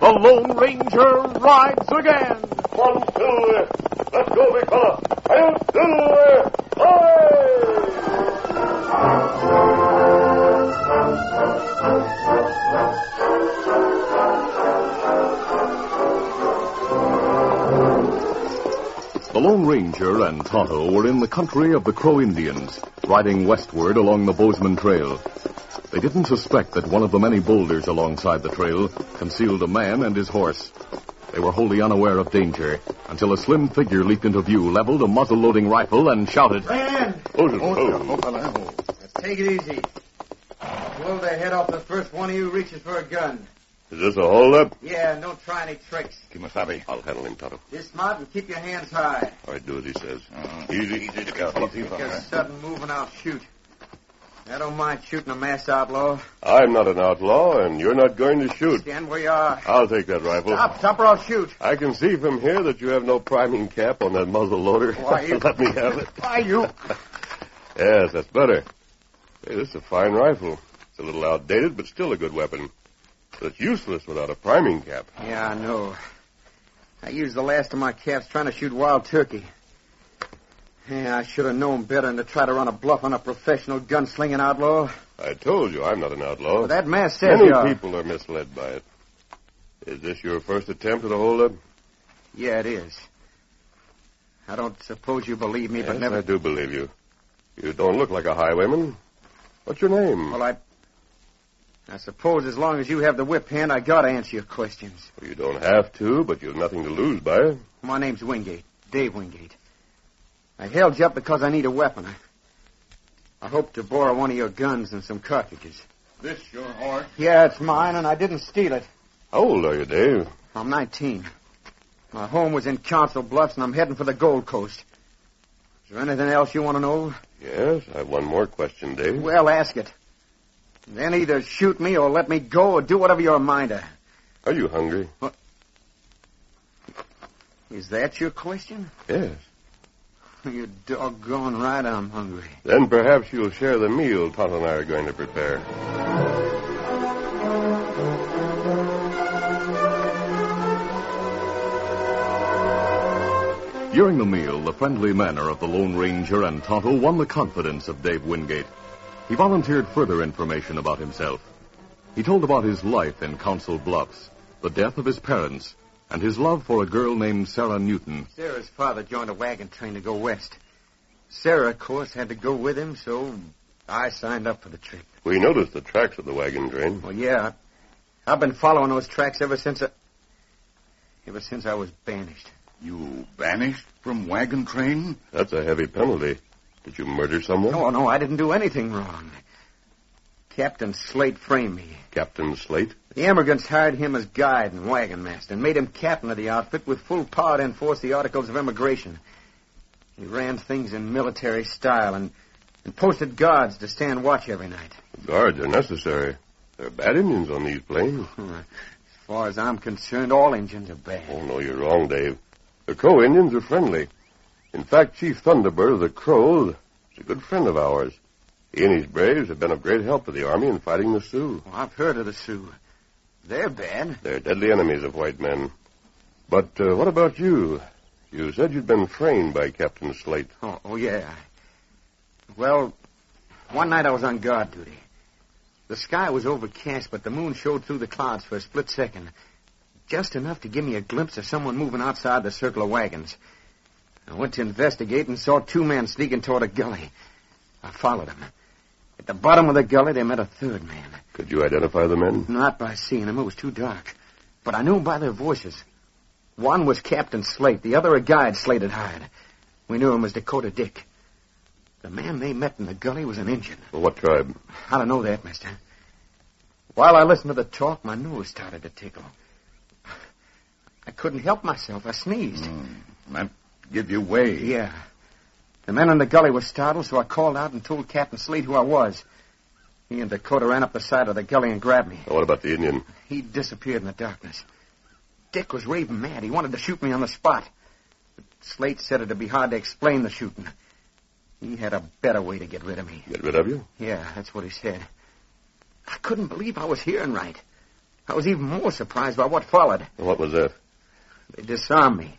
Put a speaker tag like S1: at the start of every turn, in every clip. S1: The Lone Ranger rides again. One, two, let's go, big fella. I'll The Lone Ranger and Tonto were in the country of the Crow Indians, riding westward along the Bozeman Trail. They didn't suspect that one of the many boulders alongside the trail concealed a man and his horse. They were wholly unaware of danger until a slim figure leaped into view, leveled a muzzle-loading rifle, and shouted,
S2: Rand!
S1: "Hold it,
S2: Oh,
S1: hold it."
S2: now, Take it easy. Blow the head off the first one of you reaches for a gun.
S1: Is this a holdup?
S2: Yeah, no try any tricks.
S1: I'll handle him, Tonto.
S2: Dismount and keep your hands high.
S1: All right, do as he says. easy, Uh-huh. easy,
S2: Make a sudden move and I'll shoot. I don't mind shooting a mass outlaw.
S1: I'm not an outlaw, and you're not going to shoot.
S2: Stand where you are.
S1: I'll take that rifle.
S2: Stop, stop or I'll shoot.
S1: I can see from here that you have no priming cap on that muzzle loader.
S2: Why, you-
S1: Let me have it.
S2: Why, you...
S1: Yes, that's better. Hey, this is a fine rifle. It's a little outdated, but still a good weapon. But it's useless without a priming cap.
S2: Yeah, I know. I used the last of my caps trying to shoot wild turkey. Yeah, I should have known better than to try to run a bluff on a professional gunslinging outlaw.
S1: I told you I'm not an outlaw.
S2: Well, that mass says
S1: Many
S2: you are.
S1: people are misled by it. Is this your first attempt at a holdup?
S2: Yeah, it is. I don't suppose you believe me, but
S1: Yes,
S2: never.
S1: I do believe you. You don't look like a highwayman. What's your name?
S2: Well, I. I suppose as long as you have the whip hand, I gotta answer your questions.
S1: You don't have to, but you've nothing to lose by it.
S2: My name's Wingate, Dave Wingate. I held you up because I need a weapon. I, I hoped to borrow one of your guns and some cartridges.
S1: This your horse?
S2: Yeah, it's mine, and I didn't steal it.
S1: How old are you, Dave?
S2: I'm 19. My home was in Council Bluffs, and I'm heading for the Gold Coast. Is there anything else you want to know?
S1: Yes, I have one more question, Dave.
S2: Well, ask it. Then either shoot me or let me go or do whatever you're a minder.
S1: Are you hungry?
S2: Is that your question?
S1: Yes.
S2: You're doggone right I'm hungry.
S3: Then perhaps you'll share the meal Tonto and I are going to prepare.
S1: During the meal, the friendly manner of the Lone Ranger and Tonto won the confidence of Dave Wingate. He volunteered further information about himself. He told about his life in Council Bluffs, the death of his parents, and his love for a girl named Sarah Newton.
S2: Sarah's father joined a wagon train to go west. Sarah, of course, had to go with him, so I signed up for the trip.
S3: We noticed the tracks of the wagon train.
S2: Well, yeah, I- I've been following those tracks ever since I... Ever since I was banished.
S4: You banished from wagon train?
S3: That's a heavy penalty. Did you murder someone?
S2: No, no, I didn't do anything wrong. Captain Slate framed me.
S3: Captain Slate?
S2: The emigrants hired him as guide and wagon master and made him captain of the outfit with full power to enforce the articles of emigration. He ran things in military style and, and posted guards to stand watch every night.
S3: Guards are necessary. There are bad Indians on these plains.
S2: As far as I'm concerned, all Indians are bad.
S3: Oh, no, you're wrong, Dave. The Crow Indians are friendly. In fact, Chief Thunderbird of the Crows is a good friend of ours. He and his braves have been of great help to the army in fighting the Sioux.
S2: Well, I've heard of the Sioux. They're bad.
S3: They're deadly enemies of white men. But uh, what about you? You said you'd been framed by Captain Slate.
S2: Oh, oh, yeah. Well, one night I was on guard duty. The sky was overcast, but the moon showed through the clouds for a split second. Just enough to give me a glimpse of someone moving outside the circle of wagons. I went to investigate and saw two men sneaking toward a gully. I followed them. At the bottom of the gully, they met a third man.
S3: Could you identify the men?
S2: Not by seeing them. It was too dark. But I knew 'em by their voices. One was Captain Slate, the other a guide Slate had hired. We knew him as Dakota Dick. The man they met in the gully was an Injun.
S3: What tribe?
S2: I don't know that, mister. While I listened to the talk, my nose started to tickle. I couldn't help myself. I sneezed.
S4: Hmm. That give you way.
S2: Yeah. The men in the gully were startled, so I called out and told Captain Slate who I was. He and Dakota ran up the side of the gully and grabbed me.
S3: Now, what about the Indian?
S2: He disappeared in the darkness. Dick was raving mad. He wanted to shoot me on the spot. But Slate said it'd be hard to explain the shooting. He had a better way to get rid of me.
S3: Get rid of you?
S2: Yeah, that's what he said. I couldn't believe I was hearing right. I was even more surprised by what followed.
S3: What was that?
S2: They disarmed me,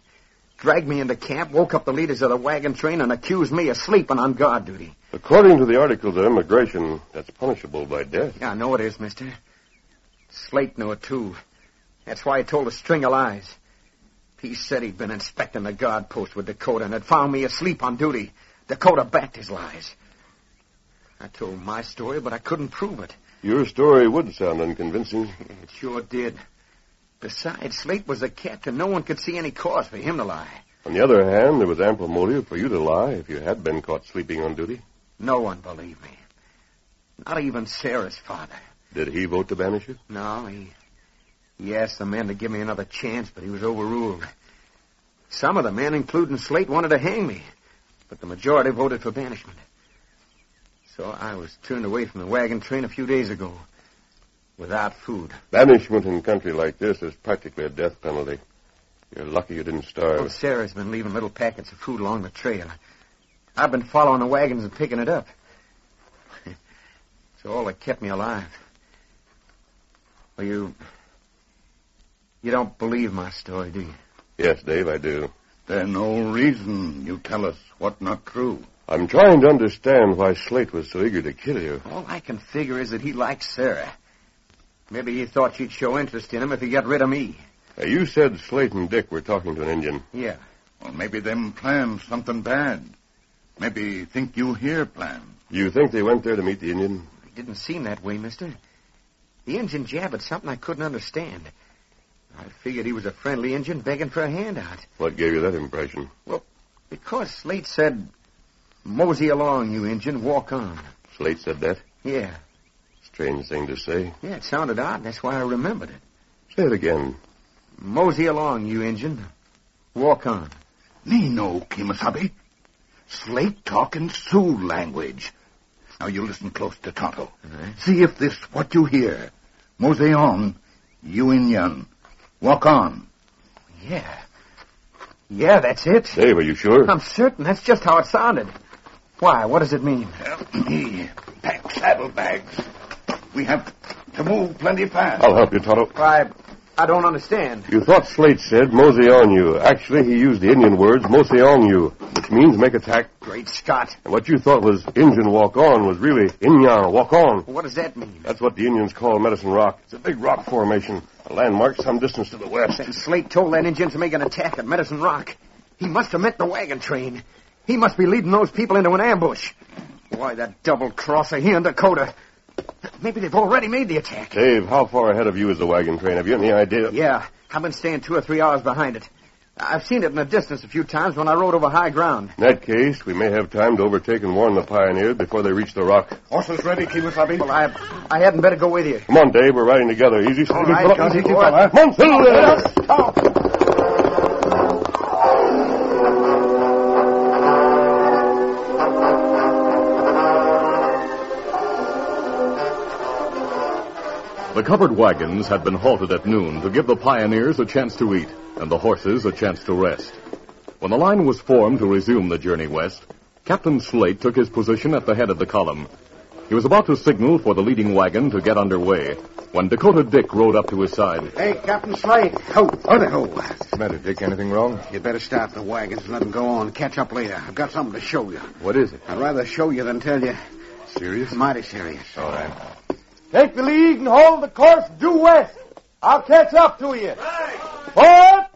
S2: dragged me into camp, woke up the leaders of the wagon train, and accused me of sleeping on guard duty.
S3: According to the articles of immigration, that's punishable by death.
S2: Yeah, I know it is, mister. Slate knew it, too. That's why he told a string of lies. He said he'd been inspecting the guard post with Dakota and had found me asleep on duty. Dakota backed his lies. I told my story, but I couldn't prove it.
S3: Your story would sound unconvincing.
S2: It sure did. Besides, Slate was the captain. No one could see any cause for him to lie.
S3: On the other hand, there was ample motive for you to lie if you had been caught sleeping on duty.
S2: No one believed me. Not even Sarah's father.
S3: Did he vote to banish you?
S2: No, he. He asked the men to give me another chance, but he was overruled. Some of the men, including Slate, wanted to hang me, but the majority voted for banishment. So I was turned away from the wagon train a few days ago, without food.
S3: Banishment in a country like this is practically a death penalty. You're lucky you didn't
S2: Well,
S3: starve.
S2: Sarah's been leaving little packets of food along the trail. I've been following the wagons and picking it up. it's all that kept me alive. Well, you. You don't believe my story, do you?
S3: Yes, Dave, I do.
S4: There's no reason you tell us what not true.
S3: I'm trying to understand why Slate was so eager to kill you.
S2: All I can figure is that he liked Sarah. Maybe he thought she'd show interest in him if he got rid of me.
S3: Now, you said Slate and Dick were talking to an Indian.
S2: Yeah.
S4: Well, maybe them plans something bad. Maybe think you hear plans.
S3: You think they went there to meet the Indian?
S2: It didn't seem that way, mister. The engine jabbed at something I couldn't understand. I figured he was a friendly engine begging for a handout.
S3: What gave you that impression?
S2: Because Slate said, Mosey along, you engine, walk on.
S3: Slate said that?
S2: Yeah,
S3: Strange thing to say.
S2: yeah, it sounded odd, and that's why I remembered it.
S3: Say it again.
S2: Mosey along, you engine, walk on.
S4: Nino, Kimasabi. Slate talking Sioux language. Now you listen close to Tonto. See if this what you hear. Mose on, you in yan. Walk on.
S2: Yeah. Yeah, that's it.
S3: Dave, are you sure?
S2: I'm certain that's just how it sounded. Why? What does it mean?
S4: He pack saddlebags. We have to move plenty fast.
S3: I'll help you, Tonto.
S2: Why, I don't understand.
S3: You thought Slate said mosey on you. Actually, he used the Indian words mosey on you, which means make attack.
S2: Great Scott.
S3: And what you thought was Injun walk on was really Inyan walk on.
S2: What does that mean?
S3: That's what the Indians call Medicine Rock. It's a big rock formation, a landmark some distance to the west.
S2: Then Slate told that Indian to make an attack at Medicine Rock. He must have meant the wagon train. He must be leading those people into an ambush. Why, that double crosser here in Dakota. Maybe they've already made the attack.
S3: Dave, how far ahead of you is the wagon train? Have you any idea?
S2: Yeah, I've been staying two or three hours behind it. I've seen it in the distance a few times when I rode over high ground.
S3: In that case, we may have time to overtake and warn the pioneers before they reach the rock.
S4: Horses ready, Kimasabi?
S2: Well, I, I hadn't better go with you.
S3: Come on, Dave, we're riding together. Easy,
S2: All right, Gus, easy, fella.
S3: Come on, Silver!
S1: The covered wagons had been halted at noon to give the pioneers a chance to eat and the horses a chance to rest. When the line was formed to resume the journey west, Captain Slate took his position at the head of the column. He was about to signal for the leading wagon to get underway when Dakota Dick rode up to his side.
S2: Hey, Captain Slade.
S4: Ho, howdy ho.
S3: What's the matter, Dick? Anything wrong?
S4: You better stop the wagons and let them go on. Catch up later. I've got something to show you.
S3: What is it?
S4: I'd rather show you than tell you.
S3: Serious?
S4: Mighty serious.
S3: All right.
S5: Take the lead and hold the course due west. I'll catch up to you. Right.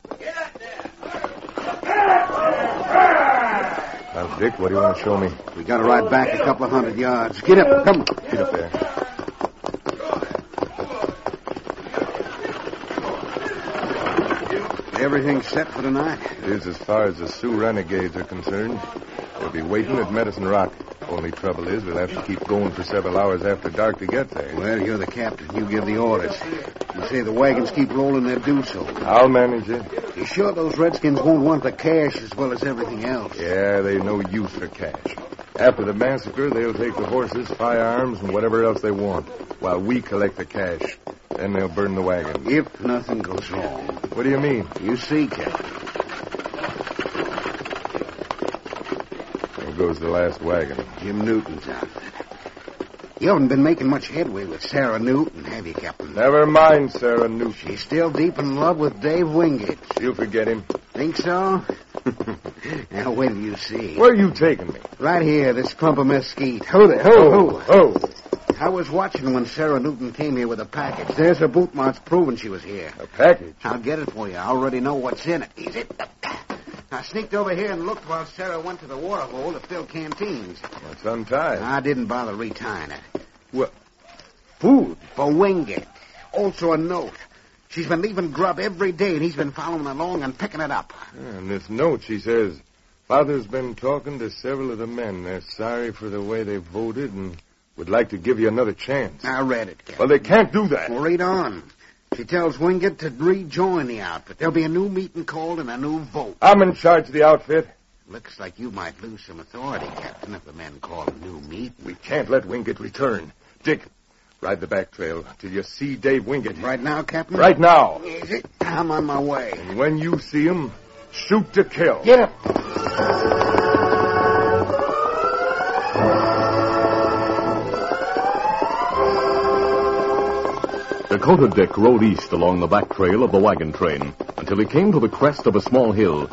S3: Now, Dick, what do you want to show me?
S4: We gotta ride back a couple of hundred yards. Get up, come.
S3: Get up there.
S4: Everything set for tonight?
S3: It is as far as the Sioux renegades are concerned. They'll be waiting at Medicine Rock. Only trouble is we'll have to keep going for several hours after dark to get there.
S4: Well, you're the captain. You give the orders. You say the wagons keep rolling, they'll do so.
S3: I'll manage it.
S4: You sure those redskins won't want the cash as well as everything else?
S3: Yeah, they no use for cash. After the massacre, they'll take the horses, firearms, and whatever else they want, while we collect the cash. Then they'll burn the wagon.
S4: If nothing goes wrong.
S3: What do you mean?
S4: You see, Captain.
S3: There goes the last wagon.
S4: Jim Newton's outfit. You haven't been making much headway with Sarah Newton, have you, Captain?
S3: Never mind, Sarah Newton.
S4: She's still deep in love with Dave Wingate.
S3: She'll forget him.
S4: Think so? now, wait till you see.
S3: Where are you taking me?
S4: Right here, this clump of mesquite. Hold it,
S3: Oh,
S4: ho, ho.
S3: oh.
S4: I was watching when Sarah Newton came here with a package. There's her boot marks proving she was here.
S3: A package.
S4: I'll get it for you. I already know what's in it. Easy. I sneaked over here and looked while Sarah went to the water hole to fill canteens.
S3: Well, it's untied.
S4: I didn't bother retying it.
S3: Well,
S4: Food for Wingate. Also a note. She's been leaving grub every day, and he's been following along and picking it up.
S3: In this note, she says, Father's been talking to several of the men. They're sorry for the way they voted and would like to give you another chance.
S4: I read it, Captain.
S3: Well, they can't do that.
S4: Well, read on. She tells Wingate to rejoin the outfit. There'll be a new meeting called and a new vote.
S3: I'm in charge of the outfit.
S4: Looks like you might lose some authority, Captain, if the men call a new meeting.
S3: We can't let Wingate return. Dick, ride the back trail till you see Dave Wingate.
S4: Right now, Captain?
S3: Right now.
S4: Is it? I'm on my way.
S3: And when you see him, shoot to kill.
S4: Get up.
S1: Dakota Dick rode east along the back trail of the wagon train until he came to the crest of a small hill.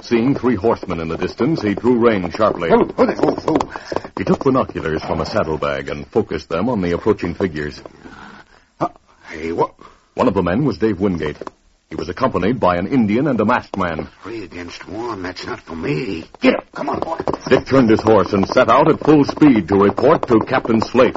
S1: Seeing three horsemen in the distance, he drew rein sharply.
S4: Oh, oh, there, oh, oh.
S1: He took binoculars from a saddlebag and focused them on the approaching figures.
S4: Uh, Hey, what?
S1: One of the men was Dave Wingate. He was accompanied by an Indian and a masked man.
S4: Three against one. That's not for me. Get up. Come on, boy.
S1: Dick turned his horse and set out at full speed to report to Captain Slate.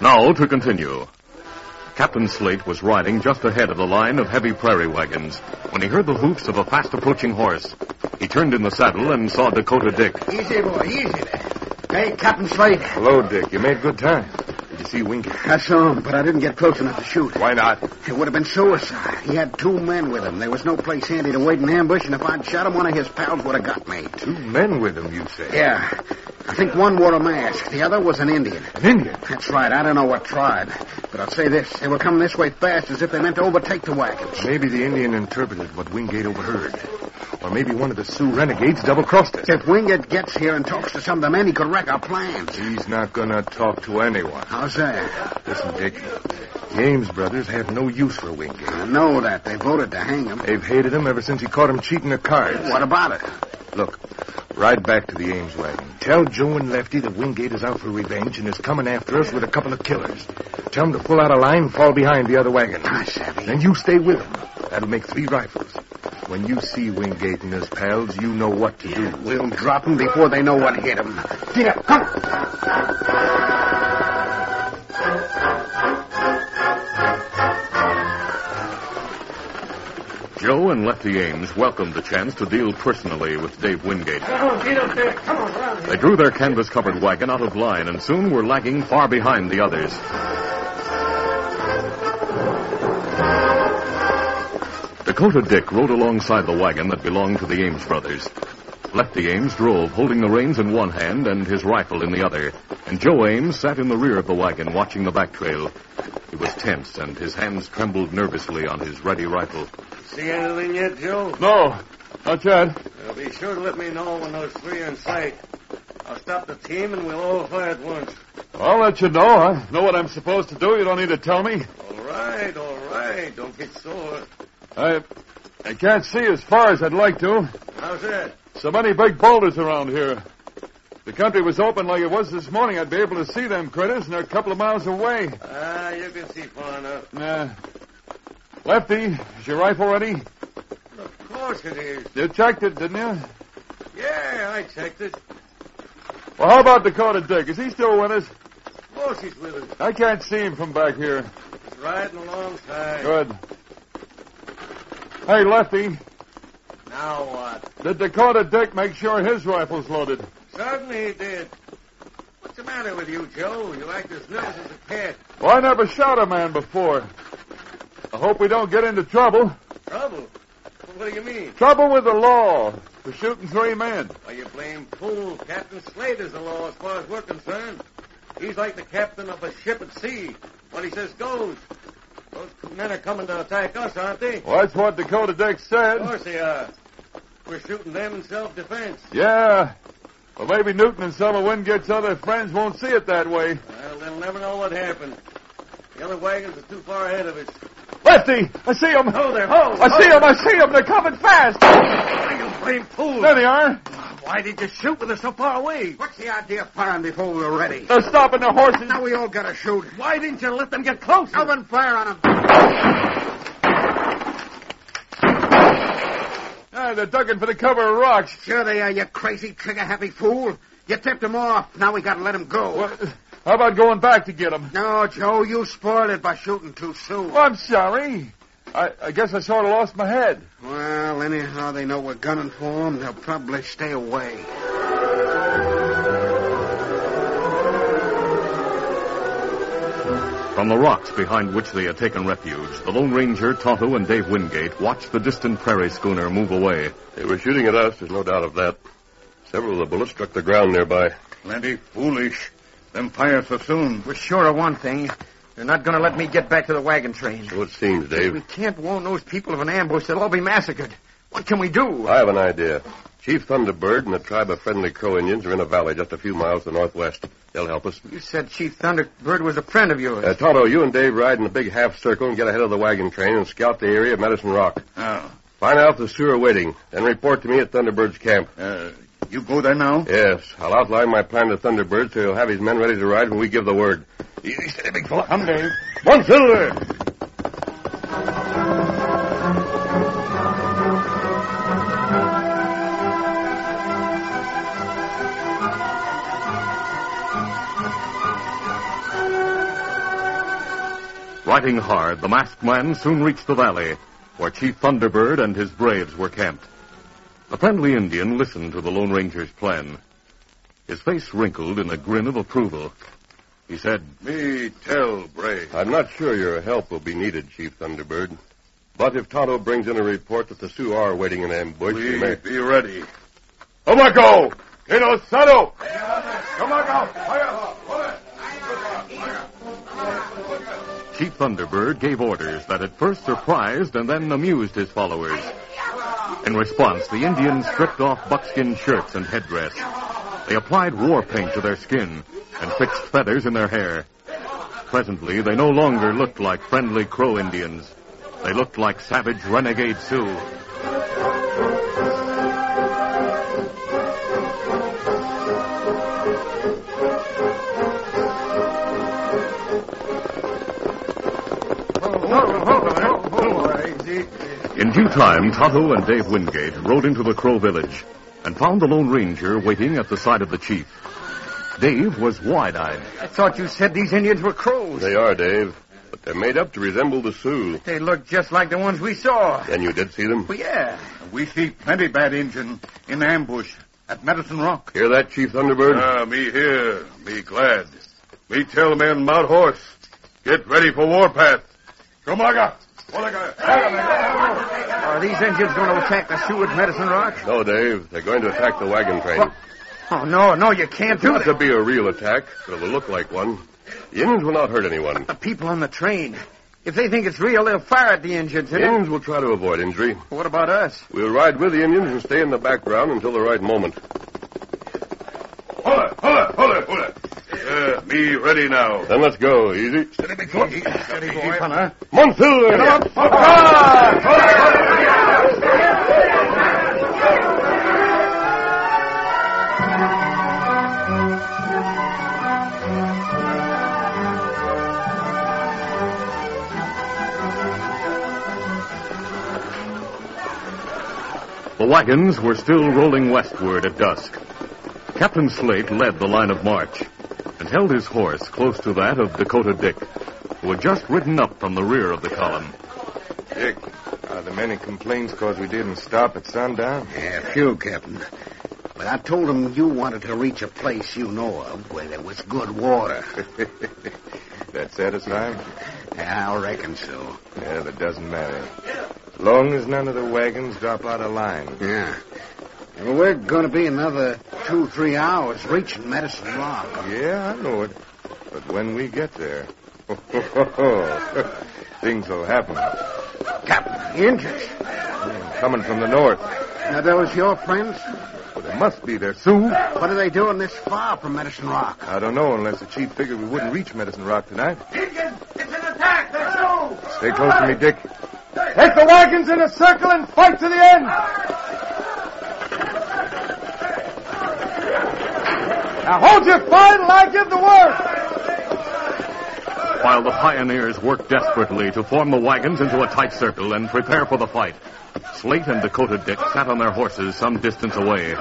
S1: Now to continue. Captain Slate was riding just ahead of the line of heavy prairie wagons when he heard the hoofs of a fast approaching horse. He turned in the saddle and saw Dakota Dick.
S4: Easy, boy, easy there. Hey, Captain Slade.
S3: Hello, Dick. You made good time. Did you see Winky?
S4: I saw him, but I didn't get close enough to shoot.
S3: Why not?
S4: It would have been suicide. He had two men with him. There was no place handy to wait in ambush, and if I'd shot him, one of his pals would have got me.
S3: Two men with him, you say?
S4: Yeah. I think one wore a mask. The other was an Indian.
S3: An Indian?
S4: That's right. I don't know what tribe. But I'll say this. They were coming this way fast as if they meant to overtake the wagons.
S3: Maybe the Indian interpreted what Wingate overheard. Or maybe one of the Sioux renegades double-crossed us.
S4: If Wingate gets here and talks to some of the men, he could wreck our plans.
S3: He's not gonna talk to anyone.
S4: How's that?
S3: Listen, Dick. James brothers have no use for Wingate.
S4: I know that. They voted to hang him.
S3: They've hated him ever since he caught him cheating at cards.
S4: What about it?
S3: Look, ride back to the Ames wagon. Tell Joe and Lefty that Wingate is out for revenge and is coming after us with a couple of killers. Tell him to pull out a line and fall behind the other wagon.
S4: I savvy.
S3: Then you stay with him. That'll make three rifles. When you see Wingate and his pals, you know what to do.
S4: We'll drop them before they know what hit them. Get up. Come
S1: Joe and Lefty Ames welcomed the chance to deal personally with Dave Wingate. They drew their canvas covered wagon out of line and soon were lagging far behind the others. Dakota Dick rode alongside the wagon that belonged to the Ames brothers. Lefty Ames drove, holding the reins in one hand and his rifle in the other, and Joe Ames sat in the rear of the wagon watching the back trail. He was tense, and his hands trembled nervously on his ready rifle.
S4: See anything yet, Joe?
S3: No, not yet.
S4: Well, be sure to let me know when those three are in sight. I'll stop the team and we'll all fire at once.
S3: I'll let you know. I know what I'm supposed to do. You don't need to tell me.
S4: All right, all right. Don't get sore.
S3: I, I can't see as far as I'd like to.
S4: How's that?
S3: So many big boulders around here. If the country was open like it was this morning, I'd be able to see them critters, and they're a couple of miles away.
S4: Ah, you can see far enough.
S3: Uh, Lefty, is your rifle ready?
S4: Of course it is.
S3: You checked it, didn't you?
S4: Yeah, I checked it.
S3: Well, how about Dakota Dick? Is he still with us?
S4: Of course he's with us.
S3: I can't see him from back here.
S4: He's riding alongside.
S3: Good. Hey, Lefty,
S4: Now what?
S3: did Dakota Dick make sure his rifle's loaded?
S4: Certainly he did. What's the matter with you, Joe? You act as nervous as a cat.
S3: Well, I never shot a man before. I hope we don't get into trouble.
S4: Trouble? What do you mean?
S3: Trouble with the law for shooting three men.
S4: Are you blame fool? Captain Slater's the law as far as we're concerned. He's like the captain of a ship at sea. What he says goes. Those men are coming to attack us, aren't they?
S3: Well, that's what Dakota Dick
S4: Of
S3: said.
S4: course they are. We're shooting them in self-defense.
S3: Yeah. Well, maybe Newton and some of Wingate's other friends won't see it that way.
S4: Well, they'll never know what happened. The other wagons are too far ahead of us.
S3: Lefty, I see him.
S4: Hold there, hold!
S3: I see him. I see him. They're coming fast.
S4: You blame fool!
S3: There they are.
S4: Why did you shoot when they're so far away? What's the idea of firing before we were ready?
S3: They're stopping their horses.
S4: Now we all gotta shoot. Why didn't you let them get closer? Open fire on them.
S3: Ah, they're ducking for the cover of rocks.
S4: Sure they are, you crazy trigger-happy fool. You tipped them off. Now we gotta let them go.
S3: Well, how about going back to get them?
S4: No, Joe, you spoiled it by shooting too soon.
S3: I'm sorry. I, I guess I sort of lost my head.
S4: Well, anyhow, they know we're gunning for them. They'll probably stay away.
S1: From the rocks behind which they had taken refuge, the Lone Ranger, Tonto, and Dave Wingate watched the distant prairie schooner move away.
S3: They were shooting at us. There's no doubt of that. Several of the bullets struck the ground nearby.
S6: Plenty foolish. Them fire so soon.
S4: We're sure of one thing. They're not going to let me get back to the wagon train.
S3: So it seems,
S4: If we can't warn those people of an ambush, they'll all be massacred. What can we do?
S3: I have an idea. Chief Thunderbird and a tribe of friendly Crow Indians are in a valley just a few miles to the northwest. They'll help us.
S4: You said Chief Thunderbird was a friend of yours.
S3: Uh, Tonto, you and Dave ride in a big half circle and get ahead of the wagon train and scout the area of Medicine Rock.
S6: Oh.
S3: Find out if the Sioux are waiting, then report to me at Thunderbird's camp.
S6: Uh, you go there now?
S3: Yes, I'll outline my plan to Thunderbird so he'll have his men ready to ride when we give the word.
S6: He's a big fella. Come, Dave.
S3: One silver!
S1: Riding hard, the masked man soon reached the valley where Chief Thunderbird and his braves were camped. The friendly Indian listened to the Lone Ranger's plan. His face wrinkled in a grin of approval. He said,
S3: Me tell, Brave. I'm not sure your help will be needed, Chief Thunderbird. But if Tonto brings in a report that the Sioux are waiting in ambush, we may...
S4: be ready. Omako! Inosano! Omako!
S1: Chief Thunderbird gave orders that at first surprised and then amused his followers. In response, the Indians stripped off buckskin shirts and headdress. They applied war paint to their skin and fixed feathers in their hair. Presently, they no longer looked like friendly Crow Indians. They looked like savage renegade Sioux. In due time, Tonto and Dave Wingate rode into the Crow village and found the Lone Ranger waiting at the side of the chief. Dave was wide-eyed.
S2: I thought you said these Indians were crows.
S3: They are, Dave. But they're made up to resemble the Sioux.
S2: They look just like the ones we saw.
S3: Then you did see them?
S2: Well, yeah.
S4: We see plenty bad Injun in ambush at Medicine Rock.
S3: Hear that, Chief Thunderbird?
S4: Ah, me here. Me glad. Me tell men mount horse. Get ready for warpath. Komaga!
S2: Are these Indians going to attack the Sioux at Medicine Rock?
S3: no, Dave. They're going to attack the wagon train.
S2: What? Oh, no, no, you can't
S3: It's
S2: do
S3: not to
S2: that.
S3: be a real attack, but it'll look like one. The Indians will not hurt anyone.
S2: The people on the train. If they think it's real, they'll fire at the Indians.
S3: The Indians will try to avoid injury.
S2: What about us?
S3: We'll ride with the Indians and stay in the background until the right moment.
S4: Hola, hola, hola, hola. Uh, me ready now.
S3: Then let's go. Easy.
S4: Steady, boy.
S3: Monsieur!
S1: The wagons were still rolling westward at dusk. Captain Slate led the line of march and held his horse close to that of Dakota Dick, who had just ridden up from the rear of the column.
S7: Dick, are the many complaints because we didn't stop at sundown?
S2: Yeah, few, Captain. But I told them you wanted to reach a place you know of where there was good water.
S7: That satisfied?
S2: Yeah, I reckon so.
S7: Yeah, that doesn't matter. Long as none of the wagons drop out of line.
S2: Yeah. Well, we're going to be another two, three hours reaching Medicine Rock.
S7: Yeah, I know it. But when we get there, things will happen.
S2: Captain, Indians.
S7: Coming from the north.
S2: Now, those your friends?
S7: Well, they must be there soon.
S2: What are they doing this far from Medicine Rock?
S7: I don't know unless the chief figured we wouldn't reach Medicine Rock tonight. It's an attack! They're Stay close to me, Dick.
S5: Take the wagons in a circle and fight to the end. Now hold your fire till I give the word.
S1: While the pioneers worked desperately to form the wagons into a tight circle and prepare for the fight, Slate and Dakota Dick sat on their horses some distance away.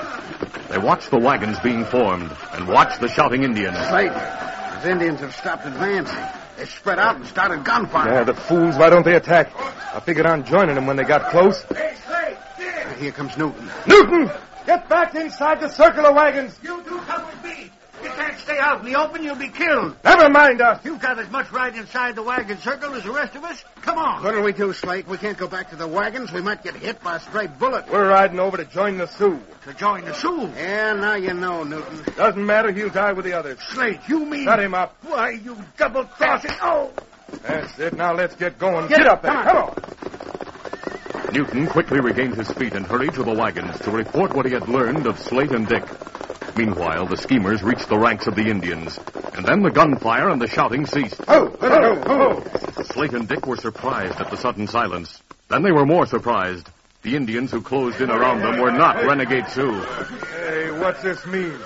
S1: They watched the wagons being formed and watched the shouting Indians.
S2: Slate, those Indians have stopped advancing. They spread out and started
S7: Yeah,
S2: gunfire.
S7: the fools, why don't they attack? I figured on joining them when they got close.
S2: Here comes Newton.
S7: Newton!
S5: Get back inside the circle of wagons.
S6: You do come with me. You can't stay out in the open. You'll be killed.
S7: Never mind us!
S6: You've got as much right inside the wagon circle as the rest of us. Come on.
S2: What'll we do, Slate? We can't go back to the wagons. We might get hit by a stray bullet.
S7: We're riding over to join the Sioux.
S6: To join the Sioux.
S2: Yeah, now you know, Newton.
S7: Doesn't matter, he'll die with the others.
S6: Slate, you mean...
S7: Shut him up.
S6: Why, you double-crossing... Oh!
S7: That's it. Now let's get going.
S6: Get
S7: up
S6: there.
S7: Come on.
S1: Newton quickly regained his feet and hurried to the wagons to report what he had learned of Slate and Dick. Meanwhile, the schemers reached the ranks of the Indians, and then the gunfire and the shouting ceased.
S7: Ho, ho, ho.
S1: Slate and Dick were surprised at the sudden silence. Then they were more surprised. The Indians who closed in around them were not renegade Sioux.
S7: Hey, what's this mean?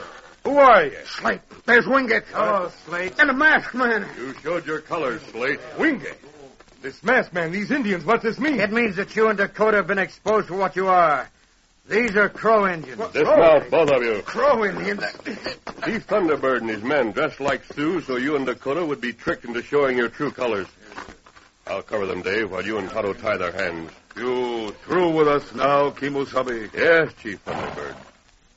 S7: Who are you?
S2: Slate, there's Wingate.
S7: Oh, Slate.
S2: And a masked man.
S3: You showed your colors, Slate.
S7: Wingate. This masked man, these Indians, what's this mean?
S2: It means that you and Dakota have been exposed for what you are. These are Crow Indians.
S3: This mouth, both of you.
S2: Crow Indians?
S3: Chief Thunderbird and his men dressed like Sioux so you and Dakota would be tricked into showing your true colors. I'll cover them, Dave, while you and Tonto tie their hands.
S4: You through with us now, Kemosabe.
S3: Yes, Chief Thunderbird.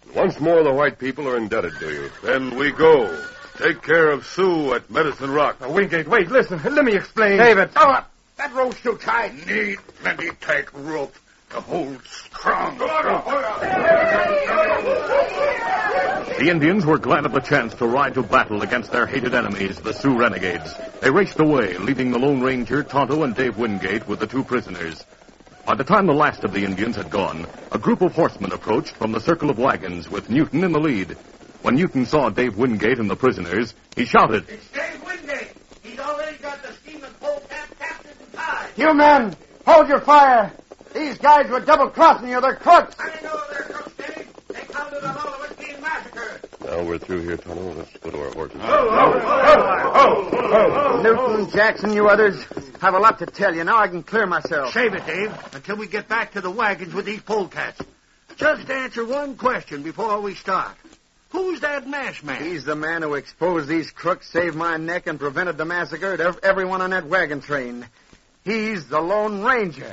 S3: And once more, the white people are indebted to you.
S4: Then we go. Take care of Sue at Medicine Rock.
S5: Now, Wingate, wait, listen. Let me explain.
S2: David.
S4: Come up. That rope's too tight. Need plenty tight rope to hold strong.
S1: The Indians were glad of the chance to ride to battle against their hated enemies, the Sioux renegades. They raced away, leaving the Lone Ranger, Tonto, and Dave Wingate with the two prisoners. By the time the last of the Indians had gone, a group of horsemen approached from the circle of wagons with Newton in the lead. When Newton saw Dave Wingate and the prisoners, he shouted,
S6: It's Dave Wingate. He's already got the scheming polecat captured and tied.
S5: You men, hold your fire. These guys were double crossing you. They're crooks.
S6: I know they're crooks, Dave. They counted on all of us being massacred.
S3: Now we're through here, Tonto. Let's go to our horses.
S2: Oh, Newton, Jackson, you others, have a lot to tell you. Now I can clear myself.
S6: Save it, Dave, until we get back to the wagons with these polecats. Just answer one question before we start. Who's that mash man?
S2: He's the man who exposed these crooks, saved my neck, and prevented the massacre to ev- everyone on that wagon train. He's the Lone Ranger.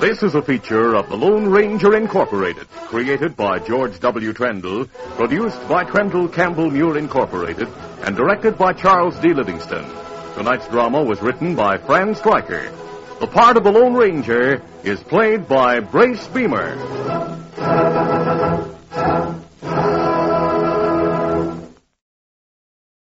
S1: This is a feature of the Lone Ranger Incorporated, created by George W. Trendle, produced by Trendle Campbell Muir Incorporated, and directed by Charles D. Livingston. Tonight's drama was written by Fran Stryker. The part of the Lone Ranger is played by Brace Beamer.